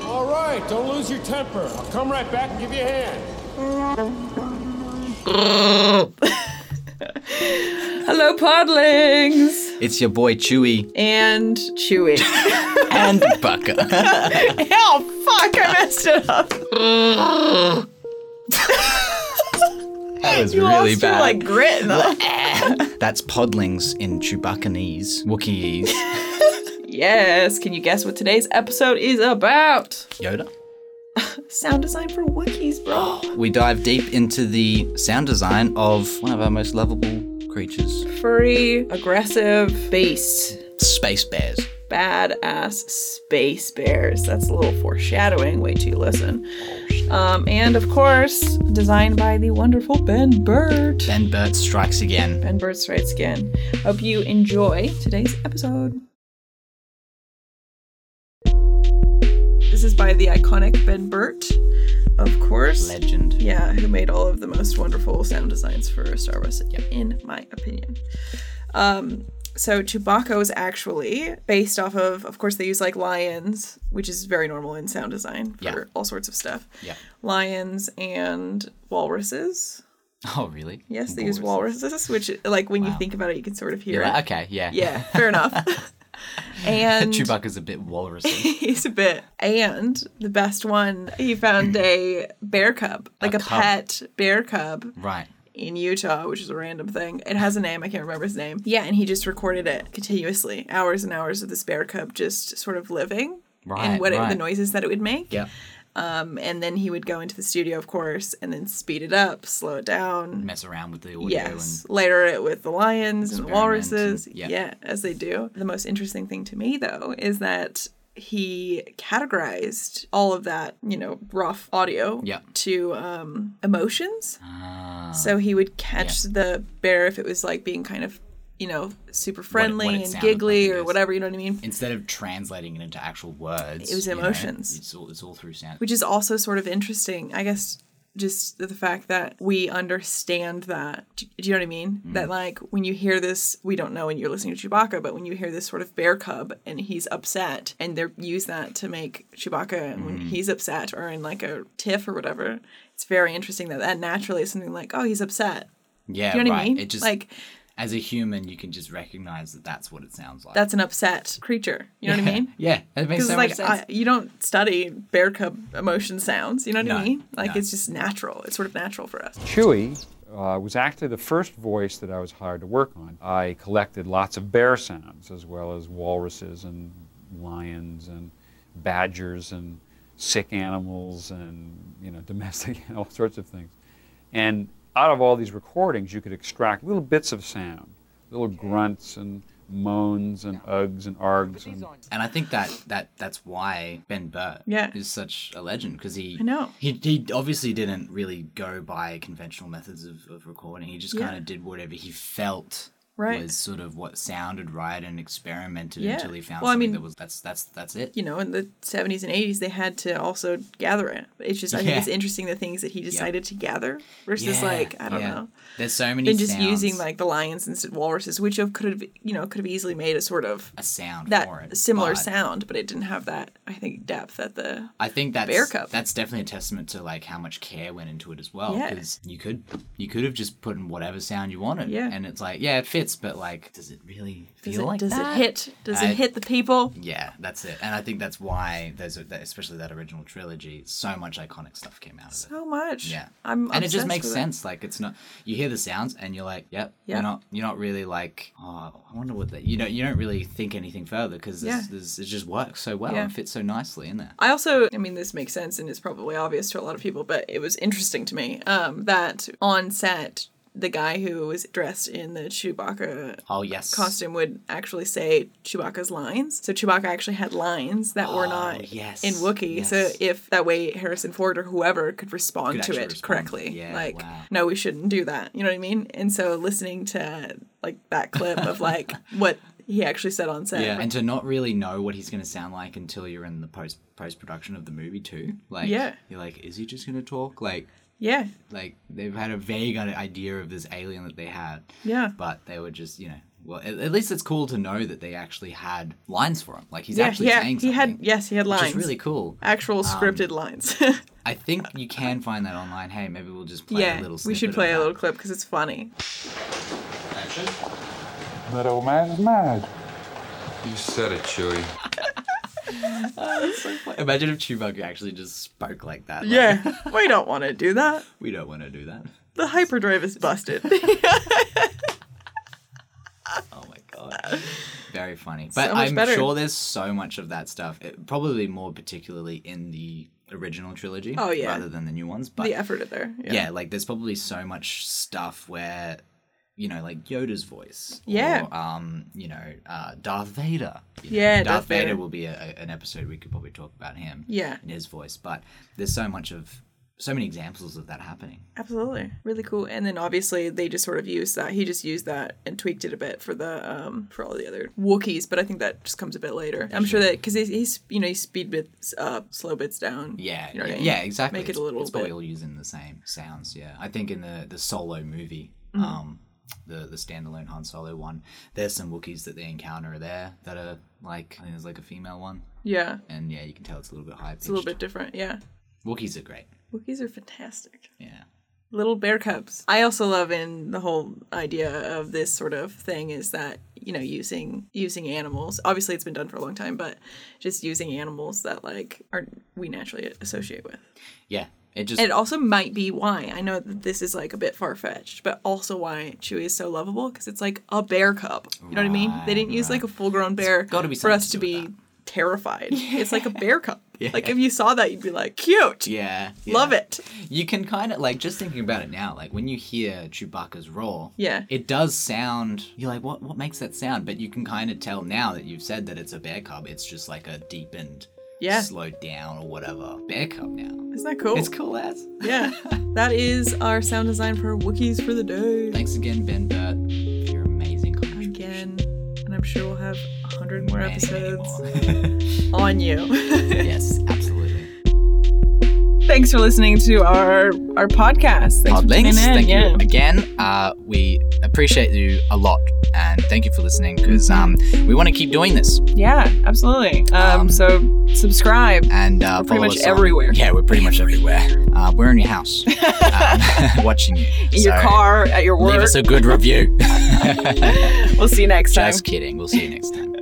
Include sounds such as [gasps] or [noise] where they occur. right, don't lose your temper. I'll come right back and give you a hand. Hello, podlings It's your boy Chewy and [laughs] Chewy. and [laughs] Bucka. oh fuck! I messed it up. That was You really lost bad. Your, like grit. in [laughs] the- That's Podlings in Chewbaccanese, [laughs] Wookieese, yes. Can you guess what today's episode is about? Yoda. Sound design for Wookiees, bro. We dive deep into the sound design of one of our most lovable creatures, [gasps] Furry, aggressive, beast, space bears. badass space bears. That's a little foreshadowing. Wait till you listen. Um, and of course, designed by the wonderful Ben Burt. Ben Burt strikes again. Ben Burt's right skin. Hope you enjoy today's episode. This is by the iconic Ben Burt, of course. Legend. Yeah, who made all of the most wonderful sound designs for Star Wars, in my opinion. Um, so Chewbacca was actually based off of, of course, they use like lions, which is very normal in sound design for Yeah. all sorts of stuff. Yeah. Lions and walruses. Oh, really? Yes, they use walruses, which, like, when you think about it, you can sort of hear You're it. like, okay, yeah. Yeah, fair enough. and [laughs] Chewbacca's a bit [laughs] walrusy. he's a bit. And the best one, he found a bear cub, like a, cub. pet bear cub right. in Utah, which is a random thing. It has a name, I can't remember his name. Yeah, and he just recorded it continuously, hours and hours of this bear cub just sort of living. Right, and what it, the right. noises that it would make. Yep. Um, and then he would go into the studio, of course, and then speed it up, slow it down, Mess around with the audio Yes. Later it with the lions and the Experiment and- walruses. yeah. Yeah, as they do. The most interesting thing to me though is that he categorized all of that, you know, rough audio Yeah. to um, emotions. and. Ah. So he would catch the bear if it was like being kind of, you know, super friendly it and sounded giggly like it or is. whatever, you know what I mean? Instead of translating it into actual words, It was you know, emotions. it's, all, it's all through sound. Which is also sort of interesting, I guess. Just the fact that we understand that. Do do you know what I mean? Mm-hmm. That, like, when you hear this, we don't know when you're listening to Chewbacca, but when you hear this sort of bear cub and he's upset, and they use that to make Chewbacca when Mm-hmm. he's upset or in like a tiff or whatever, it's very interesting that that naturally is something like, oh, he's upset. yeah, Do you know right. what I mean? It just like, as a human, you can just recognize that that's what it sounds like. that's an upset creature. You know what I mean? [laughs] Yeah, that makes Because so much like sense. I, you don't study bear cub emotion sounds, you know what I No, mean? Like no. it's just natural. It's sort of natural for us. Chewy uh, was actually the first voice that I was hired to work on. I collected lots of bear sounds as well as walruses and lions and badgers and sick animals and you know [laughs] domestic and all sorts of things. And out of all these recordings, you could extract little bits of sound, little grunts and moans and ugs and args and and I think that that that's why Ben Burt Yeah. is such a legend because he I know. he he obviously didn't really go by conventional methods of, of recording. He just Yeah. kind of did whatever he felt. Right. Was sort of what sounded right and experimented Yeah. until he found Well, I something mean- that was that's that's that's it. You know, in the 70s and 80s, they had to also gather it. It's just, I think Yeah. it's interesting the things that he decided to gather versus Yeah, like, I don't yeah. know. There's so many And just sounds, using like the lions instead of walruses, which of could have, you know, could have easily made a sort of a sound that for it, similar but- sound, but it didn't have that, I think, depth at the. I think that's Bear Cup. that's definitely a testament to like how much care went into it as well. Yeah. Because you could you could have just put in whatever sound you wanted. Yeah. And it's like, yeah, it fits, but like does it really feel Does, it, like does that? it hit? Does I- it hit the people? Yeah, that's it. And I think that's why there's a, that, especially that original trilogy, so much iconic stuff came out of it. So much. Yeah. I'm and it just obsessed makes with sense. Like it's not you hear the sounds and you're like, yep, Yeah. you're not you're not really like, oh, I wonder what that you don't you don't really think anything further because Yeah. it just works so well Yeah. and fits so nicely in there. I also, I mean, this makes sense and is probably obvious to a lot of people, but it was interesting to me um, that on set, the guy who was dressed in the Chewbacca Oh yes. costume would actually say Chewbacca's lines. So Chewbacca actually had lines that were Oh, not yes, in Wookiee. So yes. if that way Harrison Ford or whoever could respond Could to actually it respond. correctly, Yeah, like, wow. no, we shouldn't do that. You know what I mean? And so listening to like that clip of [laughs] like what he actually said on set. Yeah, and to not really know what he's going to sound like until you're in the post post production of the movie too. Like, Yeah. you're like, is he just going to talk? Like, yeah. like they've had a vague i- idea of this alien that they had. Yeah. but they were just you know Well, at, at least it's cool to know that they actually had lines for him. Like he's yeah, actually yeah. saying He something. had yes, he had which lines. is really cool. Actual scripted lines. [laughs] I think you can find that online. Hey, maybe we'll just play a yeah, little. we snippet should of play that. a little clip because it's funny. Action. That old man is mad. You said it, Chewie. [laughs] Imagine if Chewbacca actually just spoke like that. Like, Yeah, we don't want to do that. we don't want to do that. The hyperdrive is [laughs] busted. Oh my god. Very funny. But much I'm better. sure there's so much of that stuff. It, probably more particularly in the original trilogy. Oh, yeah. Rather than the new ones. But the yeah. effort in there. like there's probably so much stuff where you know, like Yoda's voice. Yeah. Or, um, you know, uh, Darth Vader. you know. Yeah, Darth Darth Vader. Vader. will be a, a- an episode we could probably talk about him. Yeah. And his voice. But there's so much of so many examples of that happening. Absolutely. Really cool. And then obviously they just sort of used that. He just used that and tweaked it a bit for the um for all the other Wookiees, but I think that just comes a bit later. I'm sure that because he's, he's you know he speed bits up, slow bits down. Yeah, You know what yeah, I mean? yeah, exactly. Make it It's- a little It's bit. probably all using the same sounds. Yeah, I think in the the solo movie, Mm-hmm. um, the the standalone Han Solo one, there's some Wookiees that they encounter there that are like I think there's like a female one, Yeah. and yeah, you can tell it's a little bit high pitched. It's a little bit different. Yeah. Wookiees are great. Wookiees are fantastic. Yeah, little bear cubs. I also love in the whole idea of this sort of thing is that you know using using animals. Obviously, it's been done for a long time, but just using animals that like are we naturally associate with. yeah. It just It also might be why I know that this is like a bit far fetched, but also why Chewie is so lovable because it's like a bear cub. You know what I mean? They didn't use like a full grown bear gotta be for us to something to do be [laughs] terrified. It's like a bear cub. Yeah. Like if you saw that, you'd be like, cute, yeah, yeah. love it. You can kind of like just thinking about it now, like when you hear Chewbacca's roar, Yeah. it does sound. You're like, what? What makes that sound? But you can kind of tell now that you've said that it's a bear cub. It's just like a deepened, Yeah. slowed down or whatever bear cub now. Isn't that cool? It's cool as. yeah, that is our sound design for Wookiees for the day. Thanks again, Ben Burt, for your amazing contribution. Again, and I'm sure we'll have a hundred more Many, many more. episodes on you. [laughs] [laughs] yes, absolutely. Thanks for listening to our our podcast. Thanks for Podlinks, tuning in. thank yeah. you again. Uh, we appreciate you a lot, and thank you for listening because um, we want to keep doing this. Yeah, absolutely. Um, Um, so subscribe. and uh, We're pretty follow much us on- everywhere. yeah, we're pretty much everywhere. Uh, we're in [laughs] your house, um, [laughs] watching you In your So, car, at your Leave work. [laughs] us a good review. We'll see you next time. Just kidding. We'll see you next time.